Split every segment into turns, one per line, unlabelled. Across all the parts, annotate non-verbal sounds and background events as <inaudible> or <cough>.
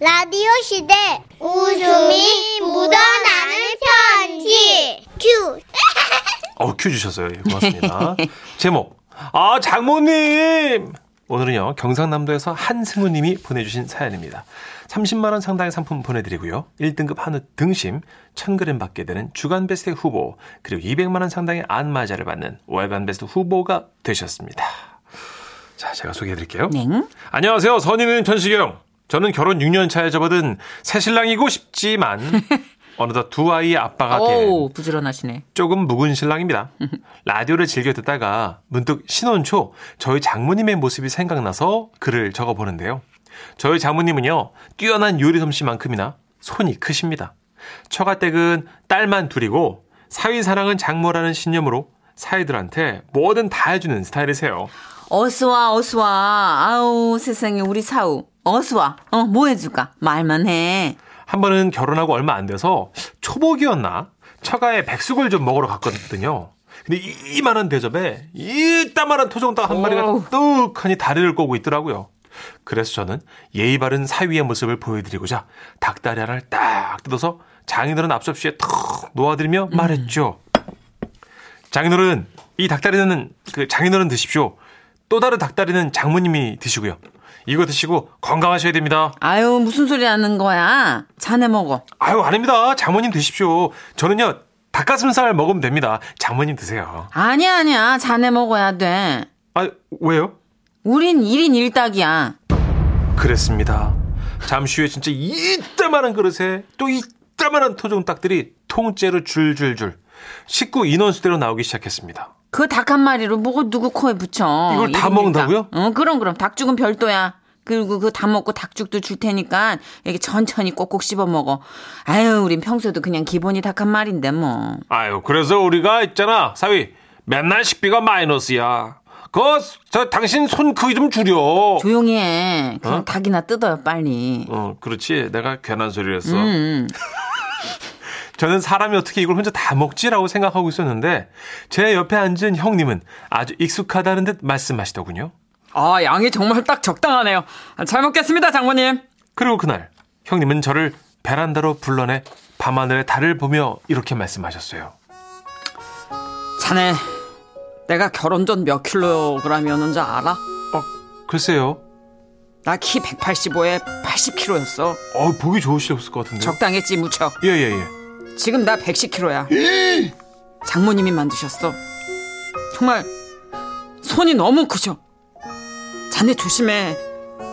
라디오 시대 웃음이 묻어나는 편지 큐
어, 큐 주셨어요. 예, 고맙습니다. 제목. 아, 장모님! 오늘은요, 경상남도에서 한승우님이 보내주신 사연입니다. 30만원 상당의 상품 보내드리고요. 1등급 한우 등심 1000g 받게 되는 주간 베스트 후보, 그리고 200만원 상당의 안마자를 받는 월간 베스트 후보가 되셨습니다. 자, 제가 소개해드릴게요.
넹.
안녕하세요. 선인은 천식영. 저는 결혼 6년 차에 접어든 새신랑이고 싶지만, 어느덧 두 아이의 아빠가 된
오, 부지런하시네.
조금 묵은 신랑입니다. 라디오를 즐겨 듣다가 문득 신혼초 저희 장모님의 모습이 생각나서 글을 적어 보는데요. 저희 장모님은요, 뛰어난 요리 솜씨만큼이나 손이 크십니다. 처가댁은 딸만 둘이고, 사위 사랑은 장모라는 신념으로 사위들한테 뭐든 다 해주는 스타일이세요.
어서와, 어서와. 아우, 세상에, 우리 사우. 어서와. 어, 뭐 해줄까? 말만 해.
한 번은 결혼하고 얼마 안 돼서 초복이었나 처가에 백숙을 좀 먹으러 갔거든요. 근데 이- 이만한 대접에 이따만한 토종닭 한
어우.
마리가 뚝하니 다리를 꼬고 있더라고요. 그래서 저는 예의 바른 사위의 모습을 보여드리고자 닭다리 하나를 딱 뜯어서 장인어른 앞접시에 턱 놓아드리며 말했죠. 장인어른 이 닭다리는 그 장인어른 드십시오. 또 다른 닭다리는 장모님이 드시고요. 이거 드시고 건강하셔야 됩니다.
아유, 무슨 소리 하는 거야? 자네 먹어.
아유 아닙니다 장모님 드십시오 저는요 닭가슴살 먹으면 됩니다 장모님 드세요
아니야, 아니야. 자네 먹어야 돼.
아 왜요
우린 1인 1닭이야.
그랬습니다 잠시 후에 진짜 이따만한 그릇에 또 이따만한 토종닭들이 통째로 줄줄줄 식구 인원수대로 나오기 시작했습니다
그 닭 한 마리로 뭐고 누구 코에 붙여.
이걸
일인
다
일닭.
먹는다고요?
어, 그럼, 그럼. 닭죽은 별도야. 그리고 그 다 먹고 닭죽도 줄 테니까 이렇게 천천히 꼭꼭 씹어 먹어. 아유, 우린 평소에도 그냥 기본이 닭 한 마리인데 뭐.
아유 그래서 우리가 있잖아 사위 맨날 식비가 마이너스야 그저 당신 손 크기 좀 줄여
조용히 해. 그냥
어?
닭이나 뜯어요, 빨리.
어 그렇지 내가 괜한 소리를 했어
음.
저는 사람이 어떻게 이걸 혼자 다 먹지라고 생각하고 있었는데 제 옆에 앉은 형님은 아주 익숙하다는 듯 말씀하시더군요.
아, 양이 정말 딱 적당하네요. 잘 먹겠습니다, 장모님.
그리고 그날 형님은 저를 베란다로 불러내 밤하늘의 달을 보며 이렇게 말씀하셨어요.
자네, 내가 결혼 전 몇 킬로그램이었는지 알아?
어, 글쎄요.
나 키 185에 80킬로였어.
어, 보기 좋으셨을 것 같은데. 요
적당했지, 무척.
예, 예, 예.
지금 나 110kg야. 장모님이 만드셨어. 정말 손이 너무 크셔. 자네 조심해.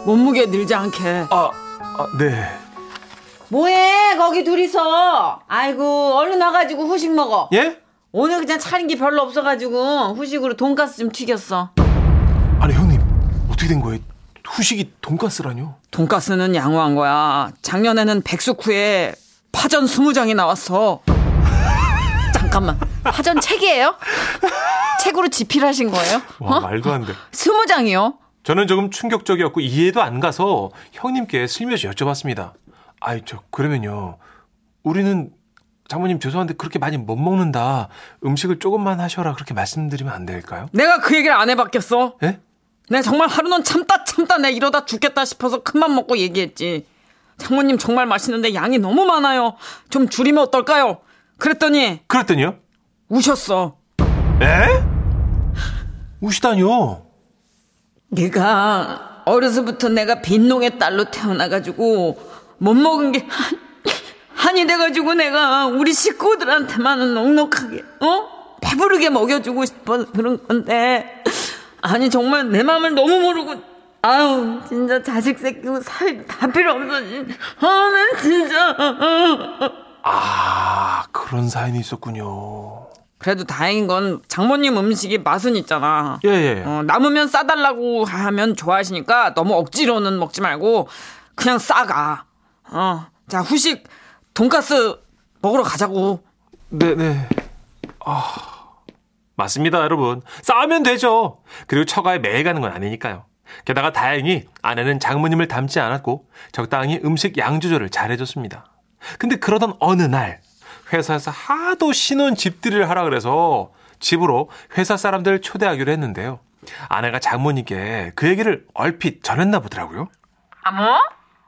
몸무게 늘지 않게.
아, 아, 네.
뭐해 거기 둘이서. 아이고 얼른 와가지고 후식 먹어.
예?
오늘 그냥 차린 게 별로 없어가지고 후식으로 돈가스 좀 튀겼어.
아니, 형님. 어떻게 된 거예요? 후식이 돈가스라뇨?
돈가스는 양호한 거야. 작년에는 백숙 후에 파전 20장이 나왔어. <laughs> 잠깐만. 파전 책이에요? 책으로 집필하신 거예요?
와,
어?
말도 안 돼.
20장이요?
저는 조금 충격적이었고 이해도 안 가서 형님께 슬며시 여쭤봤습니다. 아이 저 그러면요. 우리는 장모님 죄송한데 그렇게 많이 못 먹는다. 음식을 조금만 하셔라 그렇게 말씀드리면 안 될까요?
내가 그 얘기를 안 해봤겠어?
예?
내가 정말 하루는 참다 참다 내 이러다 죽겠다 싶어서 큰맘 먹고 얘기했지. 장모님 정말 맛있는데 양이 너무 많아요. 좀 줄이면 어떨까요? 그랬더니
그랬더니요.
우셨어.
에? 우시다뇨.
네가 어려서부터 내가 빈농의 딸로 태어나가지고 못 먹은 게 한, 한이 돼가지고 내가 우리 식구들한테만은 넉넉하게 어 배부르게 먹여주고 싶어 그런 건데 아니 정말 내 마음을 너무 모르고 아우 진짜 자식 새끼고 사이 다 필요 없어 진짜 아난 진짜
아 그런 사연이 있었군요.
그래도 다행인 건 장모님 음식이 맛은 있잖아
예예.
어, 남으면 싸달라고 하면 좋아하시니까 너무 억지로는 먹지 말고 그냥 싸가. 어, 자 후식 돈가스 먹으러 가자고.
네네. 아. 맞습니다, 여러분. 싸우면 되죠. 그리고 처가에 매일 가는 건 아니니까요. 게다가 다행히 아내는 장모님을 닮지 않았고 적당히 음식 양 조절을 잘해줬습니다. 근데 그러던 어느 날 회사에서 하도 신혼 집들이를 하라 그래서 집으로 회사 사람들을 초대하기로 했는데요. 아내가 장모님께 그 얘기를 얼핏 전했나 보더라고요.
아 뭐?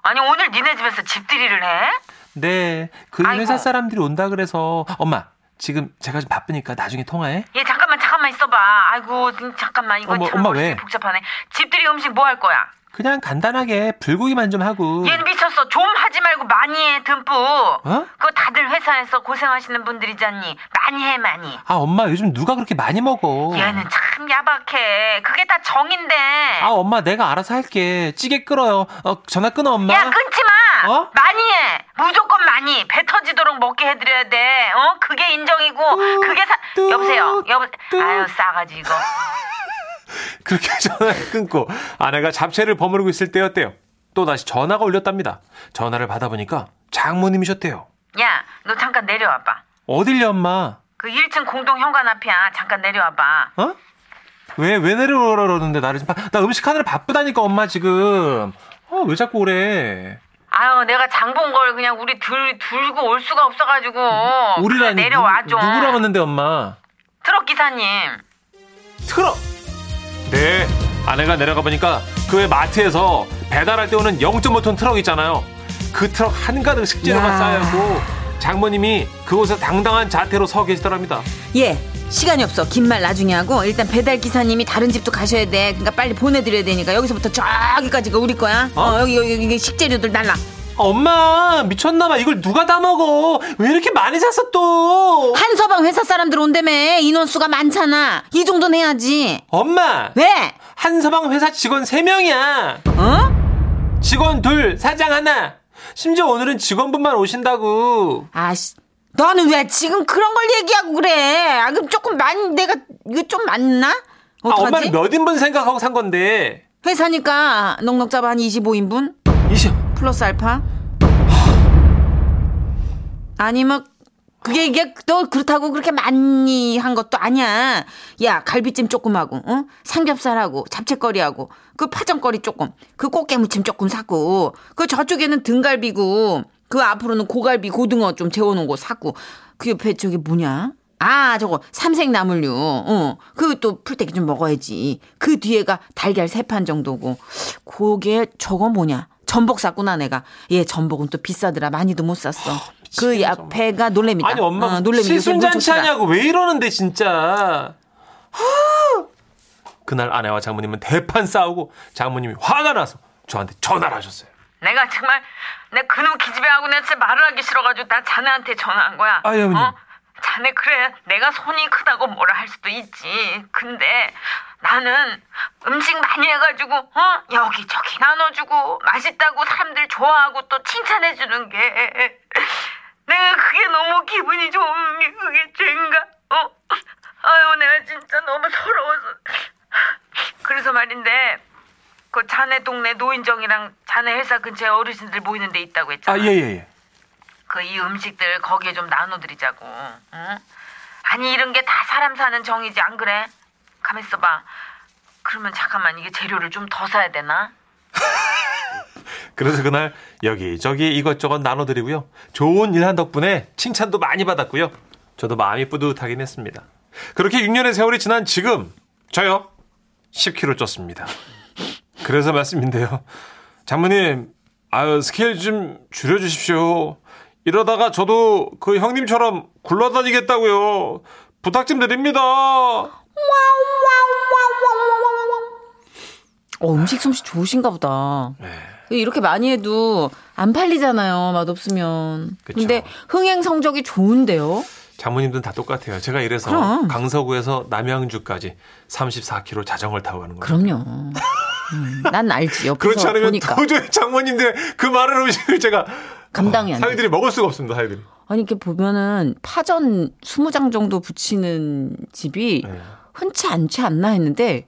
아니 오늘 니네 집에서 집들이를 해?
네, 그
아이고.
회사 사람들이 온다 그래서 엄마 지금 제가 좀 바쁘니까 나중에 통화해.
얘 잠깐만 잠깐만 있어봐. 아이고 음, 잠깐만 이거
어머,
참
엄마
머릿속이
왜?
복잡하네. 집들이 음식 뭐 할 거야?
그냥 간단하게 불고기만 좀 하고.
얘는 미쳤어. 좀 하지 말고 많이 해 듬뿍.
어?
그거 다들 회사에서 고생하시는 분들이잖니. 많이 해 많이.
아 엄마 요즘 누가 그렇게 많이 먹어?
얘는 참 야박해. 그게 다 정인데.
아 엄마 내가 알아서 할게. 찌개 끓어요. 어, 전화 끊어 엄마.
야 끊지 마.
어?
많이 해. 무조건 많이. 배 터지도록 먹게 해드려야 돼. 어? 그게 인정이고 그게 사.
뚝,
여보세요. 여보.
뚝.
아유 싸가지 이거.
그렇게 <laughs> 전화를 끊고 아내가 잡채를 버무리고 있을 때였대요. 또 다시 전화가 울렸답니다. 전화를 받아보니까 장모님이셨대요.
야 너 잠깐 내려와봐.
어딜려 엄마?
그 1층 공동 현관 앞이야. 잠깐 내려와봐.
어? 왜, 왜 내려오라는데 나를 지금 바- 나 음식 하느라 바쁘다니까 엄마 지금. 어, 왜 자꾸 오래?
아유, 내가 장 본 걸 그냥 우리 둘 들고 올 수가 없어가지고.
우리라니.
그래, 내려와 줘.
누, 누구랑 왔는데 엄마?
트럭 기사님.
틀어! 네. 아내가 내려가 보니까 그 왜 마트에서 배달할 때 오는 0.5톤 트럭 있잖아요. 그 트럭 한가득 식재료가
야.
쌓여있고 장모님이 그곳에 당당한 자태로 서 계시더랍니다.
예. 시간이 없어. 긴 말 나중에 하고 일단 배달 기사님이 다른 집도 가셔야 돼. 그러니까 빨리 보내드려야 되니까 여기서부터 저기까지가 우리 거야. 어,
어?
여기, 여기 여기 식재료들 날라.
엄마 미쳤나봐 이걸 누가 다 먹어 왜 이렇게 많이 샀어 또
한서방 회사 사람들 온다며 인원수가 많잖아. 이 정도는 해야지.
엄마
왜?
한서방 회사 직원 3명이야
어?
직원 둘, 사장 하나. 심지어 오늘은 직원분만 오신다고.
아씨. 너는 왜 지금 그런 걸 얘기하고 그래? 아, 그럼 조금 많이 내가 이거 좀 많나?
아,
어떡하지?
엄마는 몇 인분 생각하고 산 건데.
회사니까 넉넉 잡아 한 25인분?
이시.
플러스 알파? 아니 뭐 그게 이게 너 그렇다고 그렇게 많이 한 것도 아니야. 야 갈비찜 조금하고, 응? 삼겹살하고, 잡채거리하고, 그 파전거리 조금, 그 꽃게무침 조금 사고, 그 저쪽에는 등갈비고, 그 앞으로는 고갈비 고등어 좀 재워놓은 거 사고, 그 옆에 저게 뭐냐? 아 저거 삼색나물류, 응. 그또 풀떼기 좀 먹어야지. 그 뒤에가 달걀 세 판 정도고, 그게 저거 뭐냐? 전복 샀구나 내가. 예, 전복은 또 비싸더라. 많이도 못 샀어. 그 옆에가 놀래미다.
아니, 엄마
어,
무슨
놀래미. 요새 물
실순잔치
좋더라.
하냐고 왜 이러는데 진짜. 하! 그날 아내와 장모님은 대판 싸우고 장모님이 화가 나서 저한테 전화를 하셨어요.
내가 정말, 내 그놈 기집애하고 내 진짜 말을 하기 싫어가지고 나 자네한테 전화한 거야.
아유, 어머님.
어? 자네, 그래. 내가 손이 크다고 뭐라 할 수도 있지. 근데 나는 음식 많이 해가지고, 어? 여기저기 나눠주고, 맛있다고 사람들 좋아하고 또 칭찬해주는 게. <laughs> 내가 그게 너무 기분이 좋은 게 그게 죄인가? 어? 아유, 내가 진짜 너무 서러워서. 그래서 말인데, 그 자네 동네 노인정이랑 자네 회사 근처에 어르신들 모이는 데 있다고
아,
했잖아.
예, 예, 예.
그 이 음식들 거기에 좀 나눠드리자고. 응? 아니 이런 게 다 사람 사는 정이지 안 그래? 가만 있어봐. 그러면 잠깐만 이게 재료를 좀 더 사야 되나?
그래서 그날 여기저기 이것저것 나눠드리고요. 좋은 일 한 덕분에 칭찬도 많이 받았고요. 저도 마음이 뿌듯하긴 했습니다. 그렇게 6년의 세월이 지난 지금 저요 10kg 쪘습니다. 그래서 말씀인데요. 장모님 아유 스케일 좀 줄여주십시오. 이러다가 저도 그 형님처럼 굴러다니겠다고요. 부탁 좀 드립니다.
어, 음식 솜씨 좋으신가 보다.
네,
이렇게 많이 해도 안 팔리잖아요. 맛없으면.
그쵸.
근데 흥행 성적이 좋은데요.
장모님들은 다 똑같아요. 제가 이래서
그럼.
강서구에서 남양주까지 34km 자전거를 타고 가는 거예요.
그럼요. 음, 난 알지.
그렇지
옆에서
않으면
보니까.
도저히 장모님들 그 많은 음식을 제가
감당이 안 돼.
사위들이 먹을 수가 없습니다. 사위들이.
아니 이렇게 보면은 파전 20장 정도 붙이는 집이
네.
흔치 않지 않나 했는데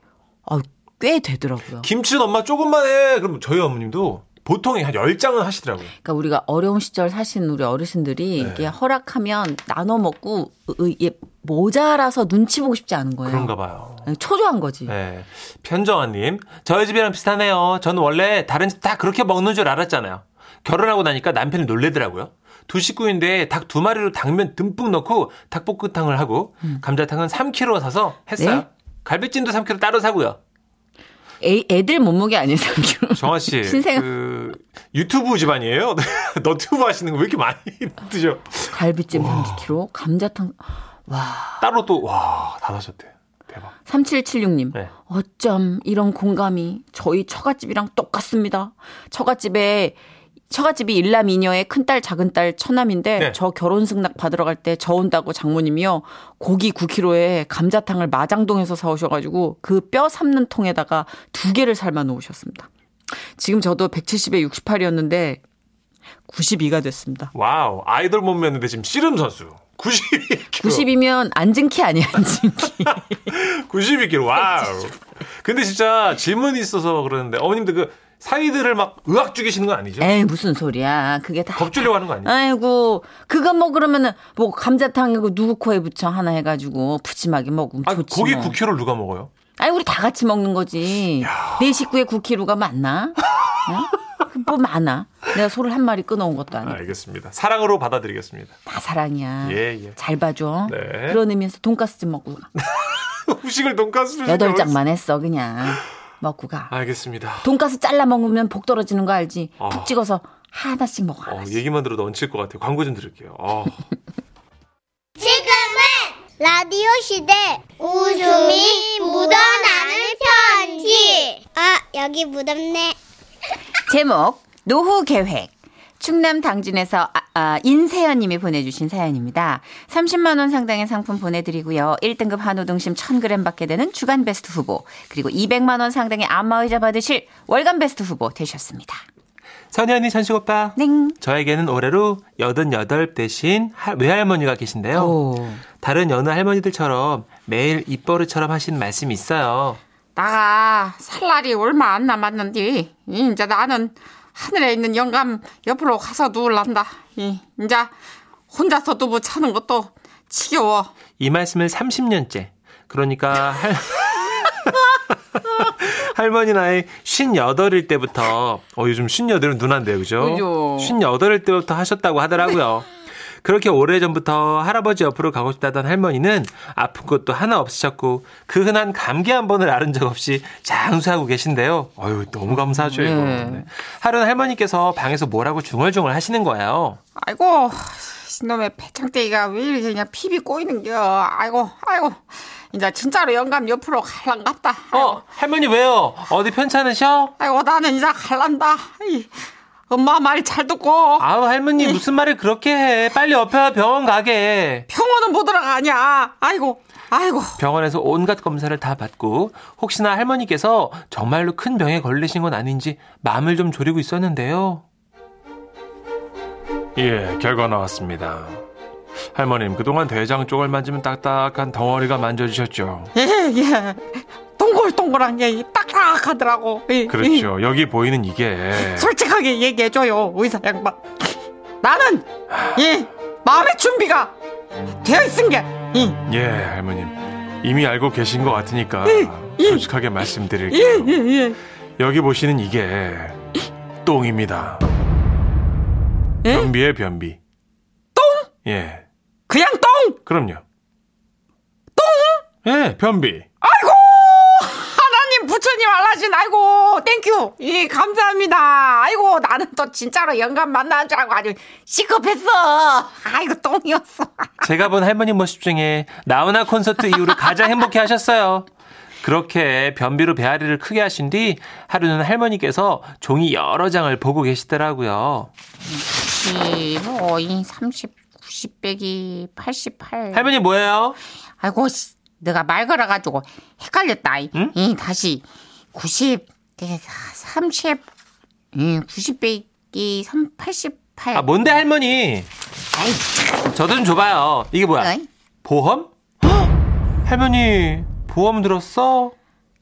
어, 꽤 되더라고요.
김치는 엄마 조금만 해. 그럼 저희 어머님도 보통에 한 10장은 하시더라고요.
그러니까 우리가 어려운 시절 사신 우리 어르신들이
네.
이게 허락하면 나눠 먹고 으- 이게 모자라서 눈치 보고 싶지 않은 거예요.
그런가 봐요.
아니, 네. 초조한 거지.
네. 편정아님, 저희 집이랑 비슷하네요. 저는 원래 다른 집 다 그렇게 먹는 줄 알았잖아요. 결혼하고 나니까 남편이 놀래더라고요. 두 식구인데 닭 두 마리로 당면 듬뿍 넣고 닭볶음탕을 하고 감자탕은 3kg 사서 했어요.
네?
갈비찜도 3kg 따로 사고요.
애, 애들 몸무게 아니에요, 삼 킬로. <laughs>
정아 씨,
신생-
그 유튜브 집안이에요? <laughs> 너튜브 하시는 거 왜 이렇게 <laughs> 많이 드죠?
갈비찜 30kg, 감자탕. 와.
따로 또, 와, 다 사셨대. 대박.
3776님.
네.
어쩜 이런 공감이 저희 처갓집이랑 똑같습니다. 처갓집에 처갓집이 일남 이녀의 큰딸 작은딸 처남인데
네.
저 결혼 승낙 받으러 갈 때 저 온다고 장모님이요 고기 9kg에 감자탕을 마장동에서 사오셔가지고 그 뼈 삶는 통에다가 두 개를 삶아 놓으셨습니다. 지금 저도 170에 68이었는데 92가 됐습니다.
와우. 아이돌 몸매였는데 지금 씨름 선수. 92kg.
90이면 앉은 키 아니야 앉은
<laughs>
키.
92kg.
<laughs>
와우. 근데 진짜 질문이 있어서 그러는데 어머님들 그 사이들을 막 의학 죽이시는 건 아니죠?
에이 무슨 소리야 그게 다
겁주려고 하는 거 아니에요?
아이고 그거 먹으려면은 뭐 감자탕이고 누구 코에 붙여 하나 해가지고 푸짐하게 먹으면
아,
좋지
고기
뭐.
9kg를 누가 먹어요?
아니 우리 다 같이 먹는 거지 내 식구에 9kg가 많나? 어? 뭐 많아 내가 소를 한 마리 끊어온 것도 아니고
알겠습니다. 사랑으로 받아들이겠습니다.
다 사랑이야
예, <laughs> 예.
잘 봐줘
네. 음,
그런 의미에서 돈가스 좀 먹고 가
후식을 돈가스로
여덟
시켜먹을 수-
장만 했어 그냥 먹고 가
알겠습니다.
돈가스 잘라 먹으면 복 떨어지는 거 알지
아.
푹 찍어서 하나씩 먹어
어,
하나씩
얘기만 들어도 얹힐 것 같아요. 광고 좀 드릴게요.
<laughs>
어.
지금은 라디오 시대 웃음이 묻어나는 편지. 아, 여기 묻었네.
제목 노후 계획 충남 당진에서 아, 아, 인세연 님이 보내주신 사연입니다. 30만 원 상당의 상품 보내드리고요. 1등급 한우 등심 1000g 받게 되는 주간 베스트 후보 그리고 200만 원 상당의 안마의자 받으실 월간 베스트 후보 되셨습니다. 네.
선희 언니, 찬식 오빠.
넹.
저에게는 올해로 88 대신 할- 외할머니가 계신데요.
오.
다른 여느 할머니들처럼 매일 입버릇처럼 하시는 말씀이 있어요.
나가 살 날이 얼마 안 남았는데 이, 이제 나는 하늘에 있는 영감 옆으로 가서 누울란다. 이, 이제 혼자서 두부 차는 것도 지겨워.
이 말씀을 30년째. 그러니까 할... <laughs> 할머니 나이 58일 때부터 어 요즘 58은 누난데요. 그죠?
그죠.
58일 때부터 하셨다고 하더라고요. 그렇게 오래전부터 할아버지 옆으로 가고 싶다던 할머니는 아픈 것도 하나 없으셨고 그 흔한 감기 한 번을 앓은 적 없이 장수하고 계신데요. 어유 너무 감사하죠 이거.
네.
네. 하루는 할머니께서 방에서 뭐라고 중얼중얼 하시는 거예요.
아이고 이놈의 배창대기가 왜 이렇게 그냥 피비 꼬이는겨. 아이고 아이고 이제 진짜로 영감 옆으로 갈란갑다.
어 할머니 왜요? 어디 편찮으셔?
아이고 나는 이제 갈란다. 이, 엄마 말 잘 듣고
아우
네.
할머니 무슨 말을 그렇게 해 빨리 옆에 병원 가게
병원은 못 들어가냐. 아이고 아이고
병원에서 온갖 검사를 다 받고 혹시나 할머니께서 정말로 큰 병에 걸리신 건 아닌지 마음을 좀 졸이고 있었는데요 예 결과 나왔습니다 할머님 그동안 대장 쪽을 만지면 딱딱한 덩어리가 만져지셨죠
예예 동글동글한 게 딱딱하더라고 예, 예.
그렇죠 여기 보이는 이게
솔직하게 얘기해줘요 의사 양반 나는 예 마음의 준비가 되어 있은 게 예,
예 할머님 이미 알고 계신 것 같으니까 솔직하게 말씀드릴게요
예, 예.
여기 보시는 이게 똥입니다. 변비에 변비. 똥? 예.
그냥 똥
그럼요. 똥? 예, 변비.
아이고 하나님 부처님 알라신 아이고 땡큐 예 감사합니다 아이고 나는 또 진짜로 영감 만나는 줄 알고 아주 시급했어 아이고 똥이었어
제가 본 할머니 모습 중에 나훈아 콘서트 이후로 가장 행복해 하셨어요. 그렇게 변비로 배앓이를 크게 하신 뒤 하루는 할머니께서 종이 여러 장을 보고 계시더라고요.
15, 30, 90 빼기 88
할머니 뭐예요?
아이고, 씨, 내가 말 걸어가지고 헷갈렸다. 이. 이, 다시 90, 되게 30, 이, 90 빼기 3, 88.
아 뭔데 할머니?
아이,
저도 좀 줘봐요. 이게 뭐야?
어이.
보험? 할머니 보험 들었어?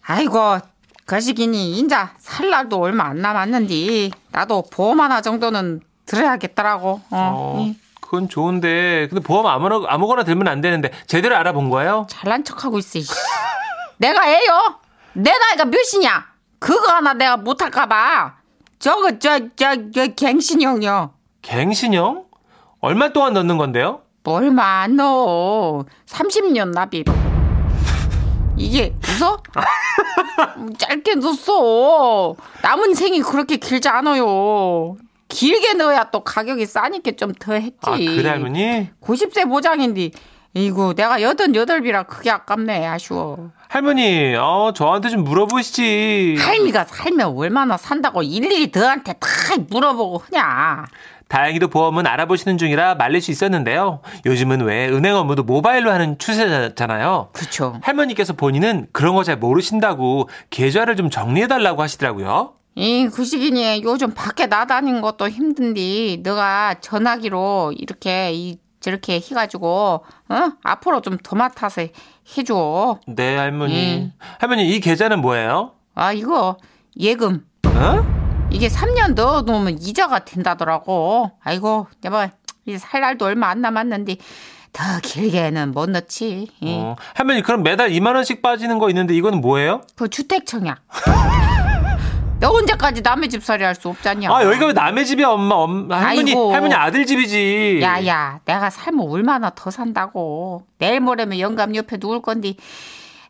아이고, 거시기니 인자 살 날도 얼마 안 남았는데 나도 보험 하나 정도는 들어야겠더라고. 어,
어,
이,
그건 좋은데 근데 보험 아무나, 아무거나 들면 안 되는데 제대로 알아본 거예요?
잘난 척하고 있어. 이 씨. 내가 애요. 내 나이가 몇이냐? 그거 하나 내가 못할까봐. 저거 저저저 갱신이 형요.
갱신형? 얼마 동안 넣는 건데요?
얼마 안 넣어. 30년 납입. 이게 웃어?
<laughs>
음, 짧게 넣었어. 남은 생이 그렇게 길지 않아요. 길게 넣어야 또 가격이 싸니까 좀 더 했지.
아, 그래, 할머니?
90세 보장인데, 이거 내가 88비라 그게 아깝네, 아쉬워.
할머니, 어, 저한테 좀 물어보시지.
할미가 살면 얼마나 산다고 일일이 너한테 다 물어보고 하냐.
다행히도 보험은 알아보시는 중이라 말릴 수 있었는데요. 요즘은 왜 은행 업무도 모바일로 하는 추세잖아요.
그쵸.
할머니께서 본인은 그런 거 잘 모르신다고 계좌를 좀 정리해달라고 하시더라고요.
이, 그 시기니 요즘 밖에 나다닌 것도 힘든데, 너가 전화기로 이렇게, 이, 저렇게 해가지고, 어? 앞으로 좀 더 맡아서 해줘.
네, 할머니. 할머니, 이 계좌는 뭐예요?
아, 이거, 예금.
어?
이게 3년 넣어놓으면 이자가 된다더라고. 아이고, 여보, 이제 살 날도 얼마 안 남았는데, 더 길게는 못 넣지. 예.
어, 할머니, 그럼 매달 2만원씩 빠지는 거 있는데 이거는 뭐예요?
그 주택청약. <laughs> 너 언제까지 남의 집살이 할 수 없잖냐.
아, 여기가 왜 남의 집이야, 엄마. 엄, 할머니,
아이고.
할머니 아들 집이지.
야야, 내가 살면 얼마나 더 산다고. 내일 모레면 영감 옆에 누울 건데.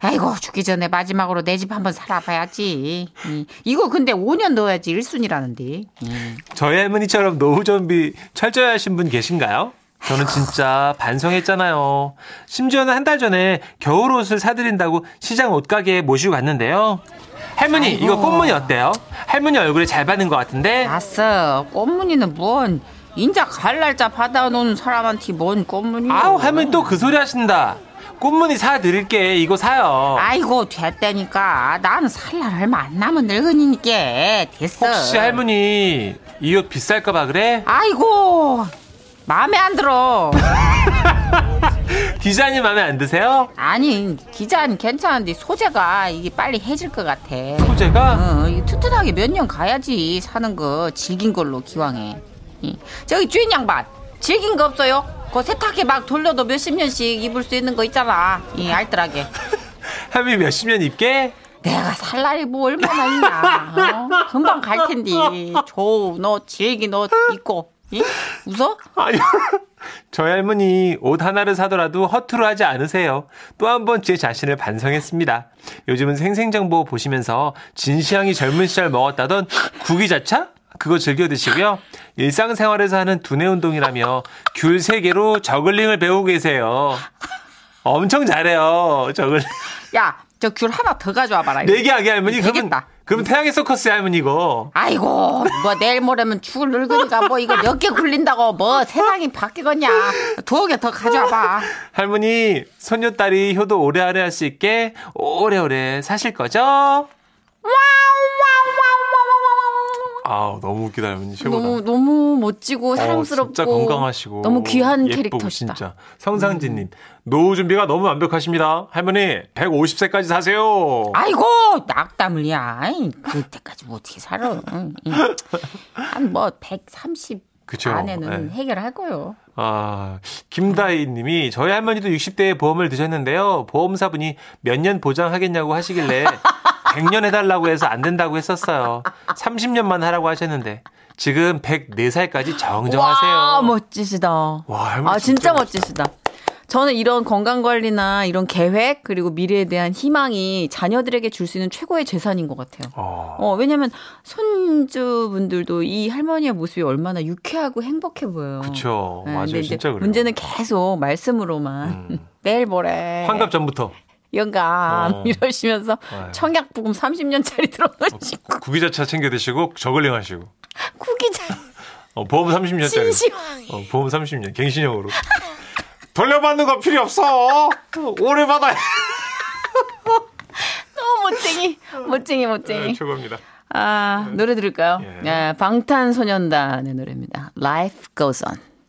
아이고 죽기 전에 마지막으로 내 집 한번 살아봐야지. 이- 이거 근데 5년 넣어야지 1순위라는데.
저희 할머니처럼 노후 준비 철저히 하신 분 계신가요? 저는 진짜 반성했잖아요. 심지어는 한 달 전에 겨울 옷을 사드린다고 시장 옷가게에 모시고 갔는데요. 할머니, 이거 꽃무늬 어때요? 할머니 얼굴에 잘 받는 것 같은데?
아싸, 꽃무늬는 뭔 인자 갈 날짜 받아놓은 사람한테 뭔 꽃무늬?
아우, 할머니 또 그 소리 하신다. 꽃무늬 사드릴게. 이거 사요.
아이고 됐다니까. 나는 살날 얼마 안 남은 늙은이니까 됐어.
혹시 할머니, 이 옷 비쌀까봐 그래?
아이고 마음에 안 들어.
디자인이 마음에 안 드세요?
아니 기자는 괜찮은데 소재가 이게 빨리 해질 것 같아.
소재가?
어, 이 튼튼하게 몇 년 가야지 사는 거 질긴 걸로 기왕해. 이. 저기 주인 양반 질긴 거 없어요? 그 세탁기 막 돌려도 몇십 년씩 입을 수 있는 거 있잖아. 이 알뜰하게.
할머니 몇십 년 입게?
내가 살 날이 뭐 얼마나 있나. 어? 금방 갈 텐데. 저너 질기 너 입고. 이? 웃어?
아니, <laughs> 저희 할머니 옷 하나를 사더라도 허투루 하지 않으세요. 또 한 번 제 자신을 반성했습니다. 요즘은 생생정보 보시면서 진시황이 젊은 시절 먹었다던 구기자차? 그거 즐겨 드시고요. 일상생활에서 하는 두뇌 운동이라며 귤 세개로 저글링을 배우고 계세요. 엄청 잘해요. 저글링.
야 저 귤 하나 더 가져와봐라.
네개 하게 할머니. 그러면,
되겠다.
그러면 태양의 서커스 할머니 이거.
아이고 뭐 내일 모레면 죽을 늙으니까 뭐 이거 몇 개 굴린다고 뭐 세상이 바뀌겠냐 두어 개 더 가져와봐
할머니, 손녀딸이 효도 오래오래 할 수 있게 오래오래 사실 거죠? 아우 너무 웃기다 할머니 최고다.
너무 너무 멋지고 사랑스럽고
어, 진짜 건강하시고
너무 귀한
예쁘고,
캐릭터시다.
진짜 성상진님 노후 준비가 너무 완벽하십니다. 할머니 150세까지 사세요.
아이고 낙담을야 아이, 그때까지 뭐 어떻게 살아 한뭐 130
그쵸,
안에는
예.
해결할 거요
아 김다희님이 저희 할머니도 60대에 보험을 드셨는데요. 보험사분이 몇 년 보장하겠냐고
<laughs>
하시길래 100년 해달라고 해서 안 된다고 했었어요. 30년만 하라고 하셨는데 지금 104살까지 정정하세요.
아,
와 멋지시다.
와, 할머니
아 진짜
진짜
멋지시다. 저는 이런 건강 관리나 이런 계획 그리고 미래에 대한 희망이 자녀들에게 줄 수 있는 최고의 재산인 것 같아요.
어.
어 왜냐면 손주분들도 이 할머니의 모습이 얼마나 유쾌하고 행복해 보여요.
그쵸.
네,
맞아요.
근데 이제
진짜 그래요. 음.
문제는 계속 말씀으로만 <laughs> 내일 모레
환갑 전부터
영감
어.
이러시면서
아유.
청약보금 30년짜리 들어가시고
구기자차 챙겨 드시고 저글링 하시고
구기자
<laughs> 어, 보험 30년짜리
진시황이
어, 보험 30년 갱신형으로 돌려받는 거 필요 없어 오래 받아
너무 멋쟁이 멋쟁이 멋쟁이
<laughs> 최고입니다
아 노래 들을까요?
네, 예.
아, 방탄소년단의 노래입니다. Life Goes On